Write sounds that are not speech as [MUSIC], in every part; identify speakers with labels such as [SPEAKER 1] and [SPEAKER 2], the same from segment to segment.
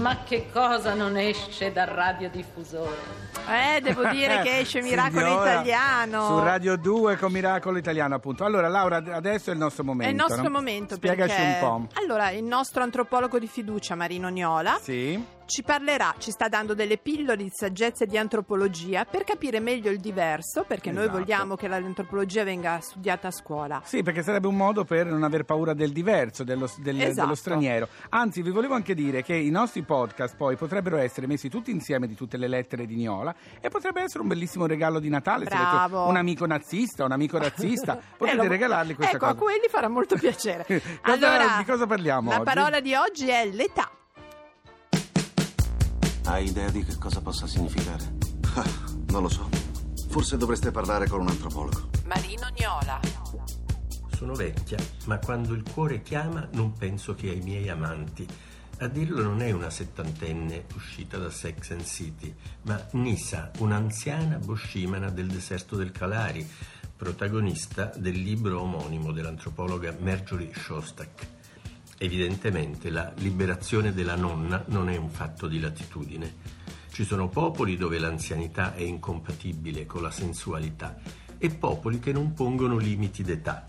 [SPEAKER 1] Ma che cosa non esce dal radiodiffusore?
[SPEAKER 2] Eh, devo dire
[SPEAKER 3] [LAUGHS]
[SPEAKER 2] che esce Miracolo
[SPEAKER 3] Signora,
[SPEAKER 2] Italiano.
[SPEAKER 3] Su Radio 2 con Miracolo Italiano, appunto. Allora, Laura, adesso è il nostro
[SPEAKER 2] È
[SPEAKER 3] momento.
[SPEAKER 2] il nostro
[SPEAKER 3] no?
[SPEAKER 2] momento
[SPEAKER 3] Spiegaci
[SPEAKER 2] perché-
[SPEAKER 3] un po'.
[SPEAKER 2] Allora, il nostro antropologo di fiducia Marino Niola
[SPEAKER 3] Sì.
[SPEAKER 2] ci parlerà, ci sta dando delle pillole di saggezza e di antropologia per capire meglio il diverso, perché noi
[SPEAKER 3] Esatto.
[SPEAKER 2] vogliamo che l'antropologia venga studiata a scuola.
[SPEAKER 3] Sì, perché sarebbe un modo per non aver paura del diverso, dello, del-
[SPEAKER 2] Esatto.
[SPEAKER 3] dello straniero. Anzi, vi volevo anche dire che i nostri podcast poi potrebbero essere messi tutti insieme di tutte le lettere di Niola e potrebbe essere un bellissimo regalo di Natale. Se avete
[SPEAKER 2] Bravo.
[SPEAKER 3] un amico nazista, un amico razzista, potete
[SPEAKER 2] [LAUGHS] Eh, lo-
[SPEAKER 3] regalargli questa
[SPEAKER 2] ecco,
[SPEAKER 3] cosa.
[SPEAKER 2] a quelli farà
[SPEAKER 3] [LAUGHS]
[SPEAKER 2] molto piacere.
[SPEAKER 3] Cosa-
[SPEAKER 2] allora,
[SPEAKER 3] di cosa parliamo
[SPEAKER 2] La
[SPEAKER 3] oggi?
[SPEAKER 2] parola di oggi è l'età.
[SPEAKER 4] Hai idea di che cosa possa significare? [LAUGHS] non lo so. Forse dovreste parlare con un antropologo.
[SPEAKER 2] Marino Niola.
[SPEAKER 5] Sono vecchia, ma quando il cuore chiama non penso che ai miei amanti. A dirlo non è una settantenne uscita da Sex and City, ma Nisa, un'anziana boscimana del deserto del Calari, protagonista del libro omonimo dell'antropologa Marjorie Shostak. Evidentemente la liberazione della nonna non è un fatto di latitudine. Ci sono popoli dove l'anzianità è incompatibile con la sensualità e popoli che non pongono limiti d'età.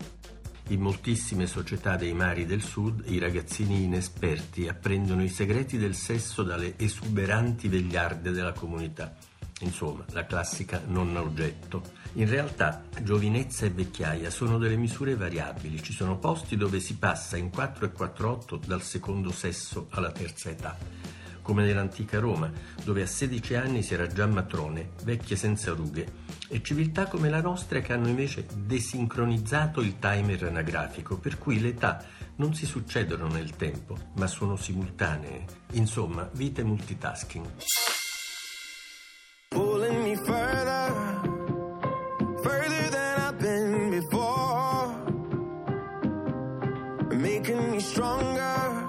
[SPEAKER 5] In moltissime società dei mari del sud i ragazzini inesperti apprendono i segreti del sesso dalle esuberanti vegliarde della comunità. Insomma, la classica nonna oggetto. In realtà, giovinezza e vecchiaia sono delle misure variabili. Ci sono posti dove si passa in 4 e 4-8 dal secondo sesso alla terza età. Come nell'antica Roma, dove a 16 anni si era già matrone, vecchie senza rughe, e civiltà come la nostra che hanno invece desincronizzato il timer anagrafico, per cui le età non si succedono nel tempo, ma sono simultanee. Insomma, vite multitasking.
[SPEAKER 6] pulling me further, further than I've been before, making me stronger,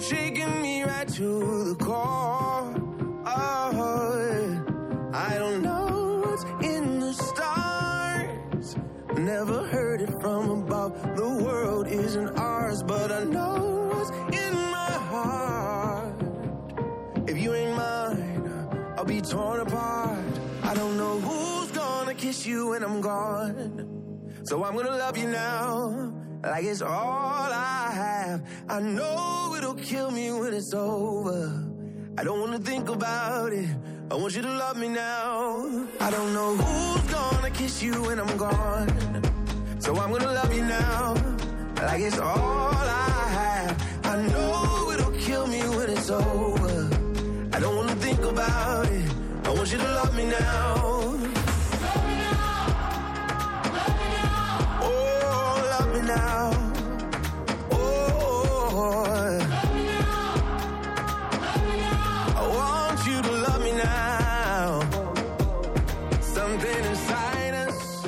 [SPEAKER 6] shaking me right to the core. Oh, yeah. I don't know what's in the stars, never heard it from above. The world isn't ours, but I know what's in my heart. If you ain't mine, I'll be torn apart. I don't know who's gonna kiss you when I'm gone. So I'm gonna love you now, like it's all I have. I know it'll kill me when it's over. I don't wanna think about it. I want you to love me now. I don't know who's gonna kiss you when I'm gone. So I'm gonna love you now, like it's all I have. I know it'll kill me when it's over. I don't wanna think about it. I want you to love me now. Oh, love me now. Oh, I want you to love me now. Something inside us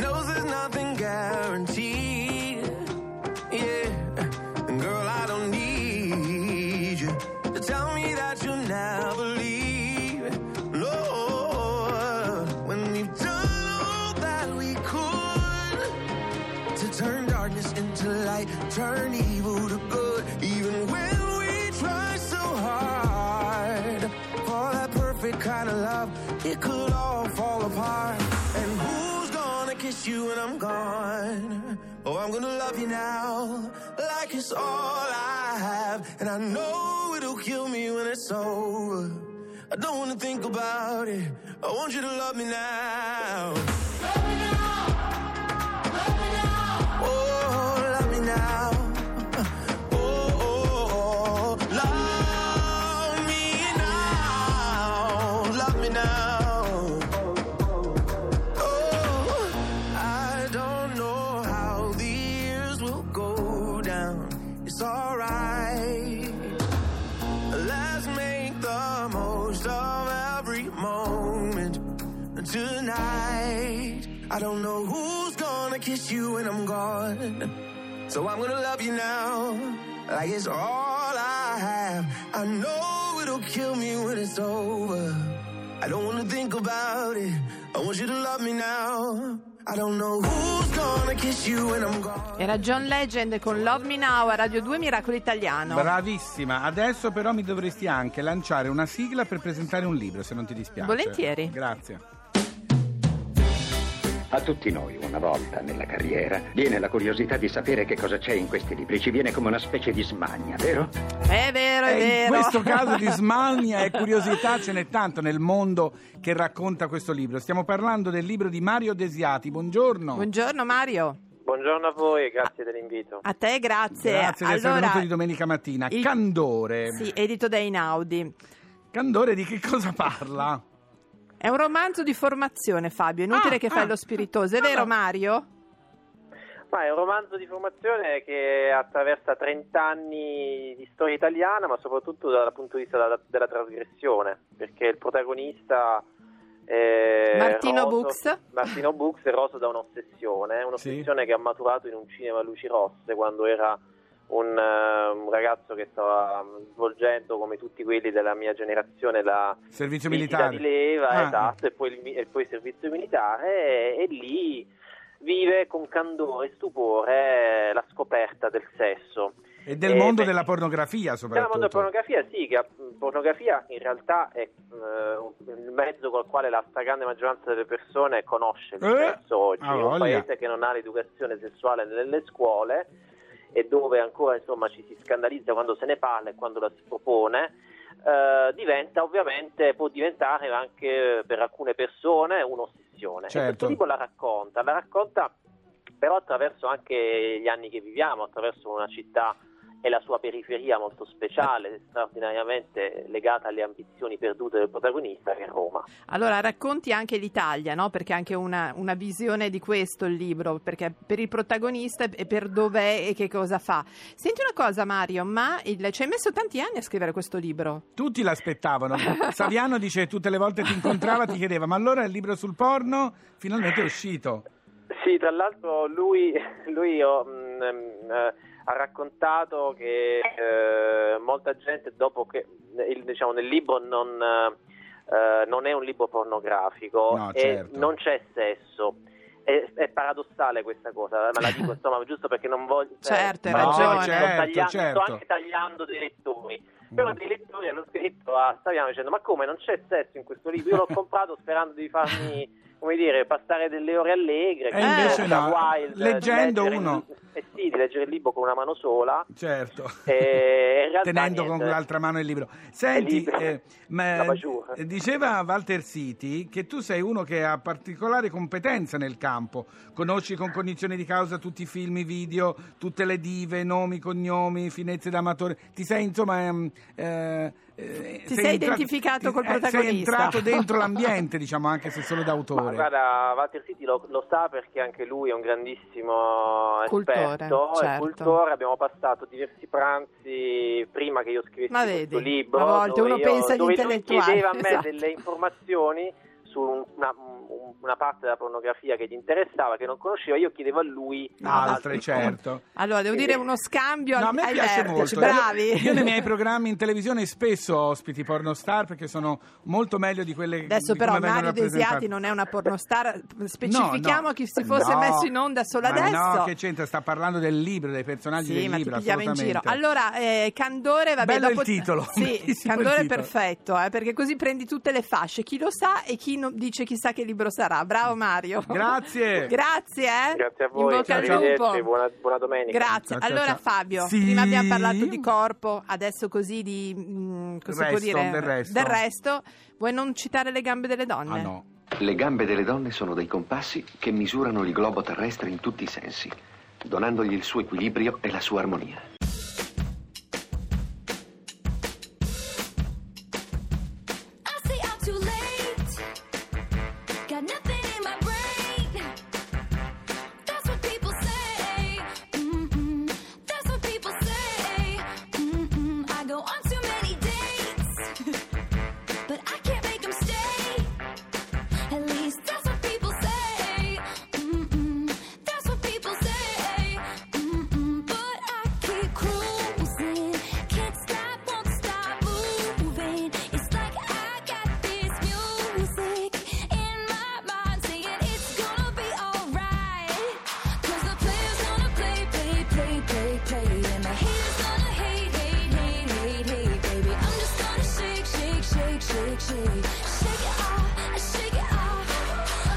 [SPEAKER 6] knows there's nothing guaranteed. Yeah, and girl, I don't need you to tell me that you'll never leave. No, when we've done all that we could to turn darkness into light, turn evil to good, even when we try so hard. For that perfect kind of love, it could all fall apart. And who's gonna kiss you when I'm gone? Oh, I'm gonna love you now, like it's all I have. And I know it'll kill me when it's over. I don't wanna think about it. I want you to love me now. Oh, love me now. Oh, oh, oh. love me now. oh, Love me now. Oh, I don't know how the years will go down. It's alright. Let's make the most of every moment tonight. I don't know who's gonna kiss you when I'm gone. So I'm gonna love you now, like it's all I have. I know it'll kill me when it's over. I don't wanna think about it. I want you to love me now. I don't know who's gonna kiss you when I'm gone.
[SPEAKER 2] Era John Legend con Love Me Now a Radio 2 Miracolo Italiano.
[SPEAKER 3] Bravissima, adesso però mi dovresti anche lanciare una sigla per presentare un libro, se non ti dispiace.
[SPEAKER 2] Volentieri.
[SPEAKER 3] Grazie.
[SPEAKER 7] A tutti noi, una volta nella carriera, viene la curiosità di sapere che cosa c'è in questi libri. Ci viene come una specie di smania, vero?
[SPEAKER 2] è vero, è
[SPEAKER 3] Eh,
[SPEAKER 2] vero.
[SPEAKER 3] in questo caso
[SPEAKER 2] [LAUGHS]
[SPEAKER 3] di smania e curiosità ce n'è tanto nel mondo che racconta questo libro. Stiamo parlando del libro di Mario Desiati. Buongiorno.
[SPEAKER 2] Buongiorno Mario.
[SPEAKER 8] Buongiorno a voi e grazie dell'invito.
[SPEAKER 2] A te grazie.
[SPEAKER 3] Grazie di essere
[SPEAKER 2] allora,
[SPEAKER 3] venuto di domenica mattina.
[SPEAKER 2] il-
[SPEAKER 3] Candore.
[SPEAKER 2] Sì, edito da Inaudi.
[SPEAKER 3] Candore di che cosa parla?
[SPEAKER 2] È un romanzo di formazione, Fabio. Inutile
[SPEAKER 3] Ah,
[SPEAKER 2] che fai
[SPEAKER 3] ah.
[SPEAKER 2] lo spiritoso, è
[SPEAKER 3] Ah,
[SPEAKER 2] vero
[SPEAKER 3] no.
[SPEAKER 2] Mario?
[SPEAKER 8] Ma è un romanzo di formazione che attraversa 30 anni di storia italiana, ma soprattutto dal punto di vista della, della trasgressione, perché il protagonista è
[SPEAKER 2] Martino
[SPEAKER 8] roso-
[SPEAKER 2] Bux.
[SPEAKER 8] Martino Bux è roso da un'ossessione, eh? un'ossessione che ha maturato in un cinema a luci rosse quando era un, eh, un ragazzo che stava mm, svolgendo come tutti quelli della mia generazione la
[SPEAKER 3] Servizio
[SPEAKER 8] visita
[SPEAKER 3] militare.
[SPEAKER 8] di leva,
[SPEAKER 3] Ah,
[SPEAKER 8] esatto, e poi, il, mi- e poi il servizio militare e, e lì vive con candore e stupore la scoperta del sesso.
[SPEAKER 3] E del
[SPEAKER 8] Eh,
[SPEAKER 3] mondo
[SPEAKER 8] beh,
[SPEAKER 3] della pornografia
[SPEAKER 8] Nella
[SPEAKER 3] soprattutto.
[SPEAKER 8] mondo della pornografia sì, che mh, pornografia in realtà è eh, il mezzo col quale la stragrande maggioranza delle persone conosce il
[SPEAKER 3] Eh?
[SPEAKER 8] sesso oggi,
[SPEAKER 3] Ah,
[SPEAKER 8] un
[SPEAKER 3] voglia.
[SPEAKER 8] paese che non ha l'educazione sessuale nelle scuole e dove ancora insomma ci si scandalizza quando se ne parla e quando la si propone, eh, diventa ovviamente, può diventare anche per alcune persone un'ossessione. E
[SPEAKER 3] Certo.
[SPEAKER 8] questo tipo la racconta, la racconta però attraverso anche gli anni che viviamo, attraverso una città e la sua periferia molto speciale, straordinariamente legata alle ambizioni perdute del protagonista, che è Roma.
[SPEAKER 2] Allora, racconti anche l'Italia, no? Perché è anche una, una visione di questo il libro, perché per il protagonista e per dov'è e che cosa fa. Senti una cosa, Mario, ma il- ci hai messo tanti anni a scrivere questo libro.
[SPEAKER 3] Tutti l'aspettavano. Saviano dice che tutte le volte ti incontrava ti chiedeva ma allora il libro sul porno finalmente è uscito.
[SPEAKER 8] Sì, tra l'altro lui, [LAUGHS] lui, oh, mm, mm, eh, ha raccontato che eh, molta gente dopo che il- diciamo, nel libro non, eh, non è un libro pornografico
[SPEAKER 3] No,
[SPEAKER 8] e
[SPEAKER 3] certo.
[SPEAKER 8] non c'è sesso. È, è paradossale questa cosa, ma la dico insomma giusto perché non voglio... cioè,
[SPEAKER 2] Certo, hai
[SPEAKER 8] sto-
[SPEAKER 2] ragione.
[SPEAKER 8] sto
[SPEAKER 3] Certo,
[SPEAKER 8] tagliando-
[SPEAKER 3] certo.
[SPEAKER 8] Sto anche tagliando dei lettori. Però
[SPEAKER 3] Mm.
[SPEAKER 8] dei lettori hanno scritto a Saviano dicendo ma come non c'è sesso in questo libro? Io l'ho comprato sperando di farmi
[SPEAKER 3] [LAUGHS]
[SPEAKER 8] come dire, passare delle ore allegre,
[SPEAKER 3] E
[SPEAKER 8] quindi
[SPEAKER 2] invece
[SPEAKER 8] da
[SPEAKER 3] no,
[SPEAKER 8] Wilde,
[SPEAKER 3] leggendo
[SPEAKER 8] di leggere-
[SPEAKER 3] uno.
[SPEAKER 8] eh sì, di leggere il libro con una mano sola.
[SPEAKER 3] Certo.
[SPEAKER 8] Eh, in realtà
[SPEAKER 3] Tenendo
[SPEAKER 8] niente.
[SPEAKER 3] con l'altra mano il libro. Senti,
[SPEAKER 8] libro.
[SPEAKER 3] eh, ma- eh,
[SPEAKER 8] La baciura.
[SPEAKER 3] diceva Walter City che tu sei uno che ha particolare competenza nel campo. Conosci con cognizione di causa tutti i film, i video, tutte le dive, nomi, cognomi, finezze d'amatore. Ti sei insomma... ehm, eh, eh,
[SPEAKER 2] Ti sei
[SPEAKER 3] entrato-
[SPEAKER 2] identificato col
[SPEAKER 3] eh, Sei
[SPEAKER 2] protagonista.
[SPEAKER 3] entrato
[SPEAKER 2] [LAUGHS]
[SPEAKER 3] dentro l'ambiente, diciamo, anche se solo d'autore.
[SPEAKER 8] Ma guarda, Walter City lo, lo sa perché anche lui è un grandissimo
[SPEAKER 2] Cultore,
[SPEAKER 8] esperto e
[SPEAKER 2] certo.
[SPEAKER 8] cultore. Abbiamo passato diversi pranzi prima che io scrivessi
[SPEAKER 2] Ma
[SPEAKER 8] questo
[SPEAKER 2] vedi,
[SPEAKER 8] libro.
[SPEAKER 2] a volte
[SPEAKER 8] dove
[SPEAKER 2] uno
[SPEAKER 8] io-
[SPEAKER 2] pensa agli
[SPEAKER 8] dove lui
[SPEAKER 2] intellettuali,
[SPEAKER 8] chiedeva a me
[SPEAKER 2] esatto.
[SPEAKER 8] delle informazioni su un- una, un- una parte della pornografia che gli interessava, che non conosceva. Io chiedevo a lui
[SPEAKER 3] Altre,
[SPEAKER 8] altri
[SPEAKER 3] certo.
[SPEAKER 2] Allora, devo dire uno scambio
[SPEAKER 3] No, a
[SPEAKER 2] al-
[SPEAKER 3] me
[SPEAKER 2] ai
[SPEAKER 3] piace
[SPEAKER 2] vertici,
[SPEAKER 3] molto.
[SPEAKER 2] bravi.
[SPEAKER 3] Io, io
[SPEAKER 2] [LAUGHS]
[SPEAKER 3] nei miei programmi in televisione spesso ospiti pornostar perché sono molto meglio di quelle
[SPEAKER 2] Adesso
[SPEAKER 3] di come
[SPEAKER 2] però
[SPEAKER 3] vengono
[SPEAKER 2] Mario
[SPEAKER 3] rappresentate.
[SPEAKER 2] Desiati non è una pornostar, specifichiamo
[SPEAKER 3] No, no.
[SPEAKER 2] chi si fosse
[SPEAKER 3] No.
[SPEAKER 2] messo in onda solo
[SPEAKER 3] Ma
[SPEAKER 2] adesso.
[SPEAKER 3] No, che c'entra, sta parlando del libro, dei personaggi
[SPEAKER 2] Sì,
[SPEAKER 3] del
[SPEAKER 2] ma
[SPEAKER 3] libro,
[SPEAKER 2] ti pigliamo in giro.
[SPEAKER 3] assolutamente.
[SPEAKER 2] Allora, eh, Candore, vabbè,
[SPEAKER 3] Bello
[SPEAKER 2] dopo...
[SPEAKER 3] il titolo,
[SPEAKER 2] Sì,
[SPEAKER 3] [LAUGHS] bellissimo il
[SPEAKER 2] Candore è
[SPEAKER 3] titolo.
[SPEAKER 2] perfetto, eh, perché così prendi tutte le fasce, chi lo sa e chi non dice chissà che libro sarà. Bravo Mario.
[SPEAKER 3] Grazie.
[SPEAKER 2] [LAUGHS] Grazie, eh.
[SPEAKER 8] Grazie a voi,
[SPEAKER 2] In bocca al
[SPEAKER 8] arrivederci,
[SPEAKER 2] lupo.
[SPEAKER 8] buona- buona domenica.
[SPEAKER 2] Grazie.
[SPEAKER 3] Ciao, ciao,
[SPEAKER 2] allora
[SPEAKER 3] ciao.
[SPEAKER 2] Fabio,
[SPEAKER 3] Sì?
[SPEAKER 2] prima abbiamo parlato di corpo, adesso così di... mh, cosa si può
[SPEAKER 3] Resto,
[SPEAKER 2] dire?
[SPEAKER 3] del resto.
[SPEAKER 2] resto. Vuoi non citare le gambe delle donne?
[SPEAKER 3] Ah no.
[SPEAKER 7] Le gambe delle donne sono dei compassi che misurano il globo terrestre in tutti i sensi, donandogli il suo equilibrio e la sua armonia.
[SPEAKER 9] I say I'm too late. Got nothing in my brain. That's what people say. Mm-mm. That's what people say. Mm-mm. I go on too many dates, [LAUGHS] but I can't make them stay. At least that's what people say. Mm-mm. That's what people say. Mm-mm. But I keep
[SPEAKER 6] shake, shake it off, shake it off.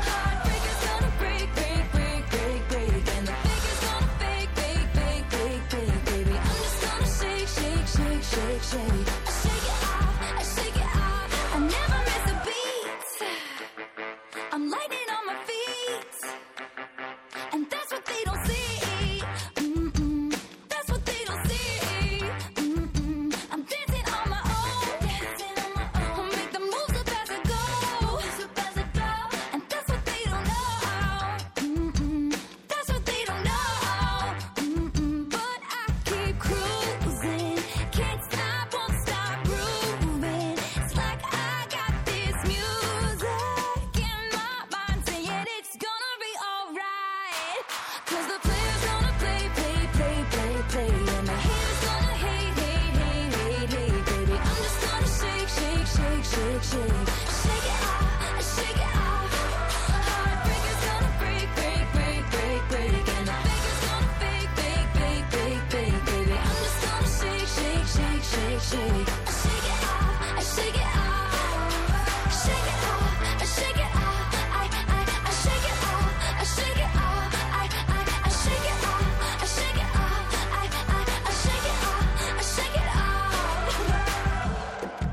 [SPEAKER 6] Heartbreaker's gonna break, break, break, break, break, and the faker's gonna fake, fake, fake, fake, fake, baby. I'm just gonna shake, shake, shake, shake, shake, shake it off, shake it off. I never miss a beat. I'm lightning on my feet. And that's what they don't see. Mm-mm. That's what they don't see. Mm-mm. I'm dancing on my own. Dancing on my own. I'll make the moves up as I go. And that's what they don't know. Mm-mm. That's what they don't know. Mm-mm. But I keep cruising. Can't stop, won't stop grooving. It's like I got this music in my mind saying it's gonna be alright. Cause the player's gonna play, play, play, play, play. And the haters gonna hate, hate, hate, hate, hate, baby. I'm just gonna shake, shake, shake, shake, shake. Shake it off, shake it off. Heartbreaker's gonna break, break, break, break, break. And the faker's gonna fake, fake, fake, fake, fake, baby. I'm just gonna shake, shake, shake, shake, shake. Shake it off, shake it off. Shake it off, shake it off. I, I, I shake it off, I shake it off. I, I, I shake it off, I shake it off. I, I, I shake it off, I shake it off.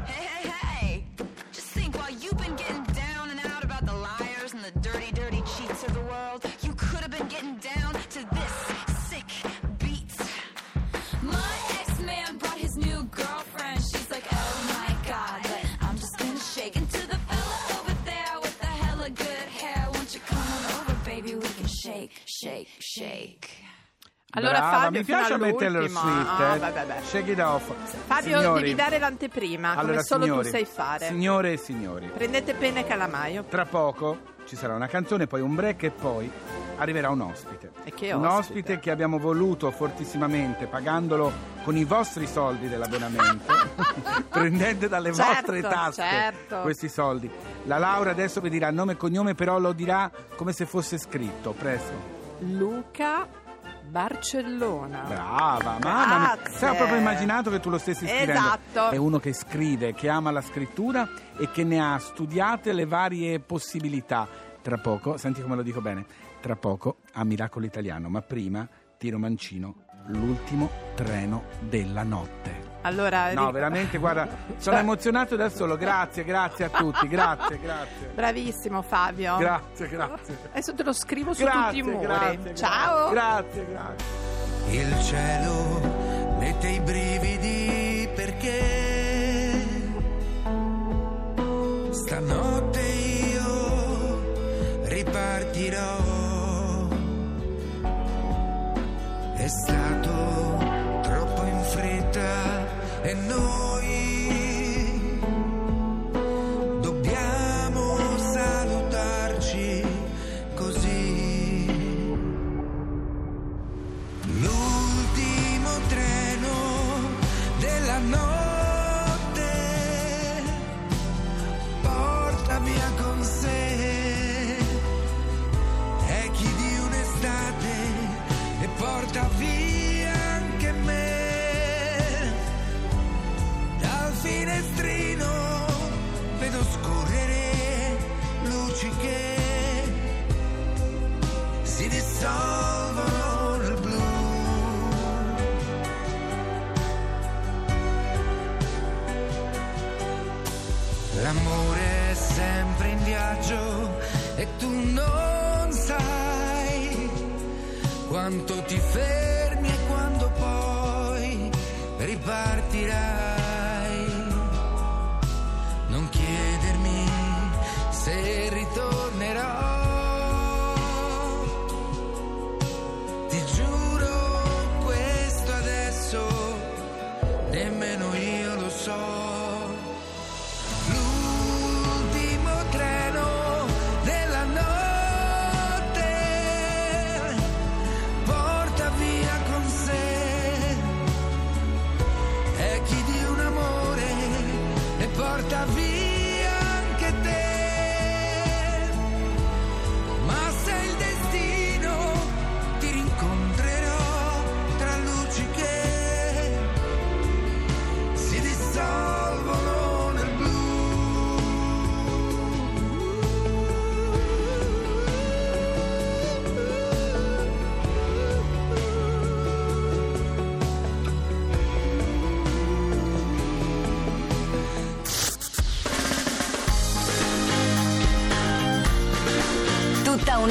[SPEAKER 6] Hey, hey, hey.
[SPEAKER 10] Just think while you've been getting down and out about the liars and the dirty, dirty cheats of the world, you could have been getting down to this sick beat.
[SPEAKER 6] My ex man brought his new girlfriend. She's like, oh my god, but I'm just gonna shake into the fella over there with the hella good hair. Won't you come on over, baby? We can shake, shake, shake.
[SPEAKER 2] Allora
[SPEAKER 3] Brava,
[SPEAKER 2] Fabio,
[SPEAKER 3] mi
[SPEAKER 2] fino
[SPEAKER 3] piace a me
[SPEAKER 2] all'ultimo.
[SPEAKER 3] Taylor Swift,
[SPEAKER 2] Ah,
[SPEAKER 3] eh.
[SPEAKER 2] vabbè, vabbè.
[SPEAKER 3] Shake it off.
[SPEAKER 2] Fabio,
[SPEAKER 3] Signori,
[SPEAKER 2] devi dare l'anteprima, come
[SPEAKER 3] allora,
[SPEAKER 2] solo
[SPEAKER 3] signori,
[SPEAKER 2] tu sai fare.
[SPEAKER 3] Signore e signori,
[SPEAKER 2] Prendete penne e calamaio.
[SPEAKER 3] tra poco ci sarà una canzone, poi un break e poi arriverà un ospite.
[SPEAKER 2] E che
[SPEAKER 3] un
[SPEAKER 2] ospite?
[SPEAKER 3] ospite che abbiamo voluto fortissimamente, pagandolo con i vostri
[SPEAKER 2] [LAUGHS]
[SPEAKER 3] soldi dell'abbonamento, prendendo dalle
[SPEAKER 2] Certo,
[SPEAKER 3] vostre tasche
[SPEAKER 2] certo.
[SPEAKER 3] questi soldi. La Laura adesso vi dirà nome e cognome, però lo dirà come se fosse scritto. Presto.
[SPEAKER 2] Luca Barcellona.
[SPEAKER 3] Brava, mamma mia.
[SPEAKER 2] Grazie.
[SPEAKER 3] Sai, ho proprio immaginato che tu lo stessi scrivendo.
[SPEAKER 2] Esatto.
[SPEAKER 3] È uno che scrive, che ama la scrittura e che ne ha studiate le varie possibilità. Tra poco, senti come lo dico bene, tra poco a Miracolo Italiano, ma prima Tiro Mancino, l'ultimo treno della notte.
[SPEAKER 2] Allora,
[SPEAKER 3] No,
[SPEAKER 2] ri-
[SPEAKER 3] veramente, guarda, sono
[SPEAKER 2] [LAUGHS] Cioè-
[SPEAKER 3] emozionato da solo. Grazie, grazie a tutti, grazie, grazie.
[SPEAKER 2] Bravissimo Fabio.
[SPEAKER 3] Grazie, grazie.
[SPEAKER 2] Adesso te lo scrivo su tutti
[SPEAKER 3] Grazie,
[SPEAKER 2] i muri.
[SPEAKER 3] grazie,
[SPEAKER 2] Ciao.
[SPEAKER 3] Grazie, grazie.
[SPEAKER 7] Il cielo mette i brividi perché stanotte io ripartirò. È stato troppo in fretta e noi dobbiamo salutarci così. L'ultimo treno della notte porta via con sé echi di un'estate e porta via anche me. Dal finestrino vedo scorrere luci che si dissolvono nel blu. L'amore è sempre in viaggio e tu non sai quanto ti fermi e quando poi ripartirai. Non chiedermi se ritornerò. Ti giuro questo adesso, nemmeno io lo so. L'ultimo treno della notte porta via con sé è chi di un amore e porta via anche te. Ma se il destino ti rincontrerò tra luci che si dissolvono nel blu.
[SPEAKER 6] tutta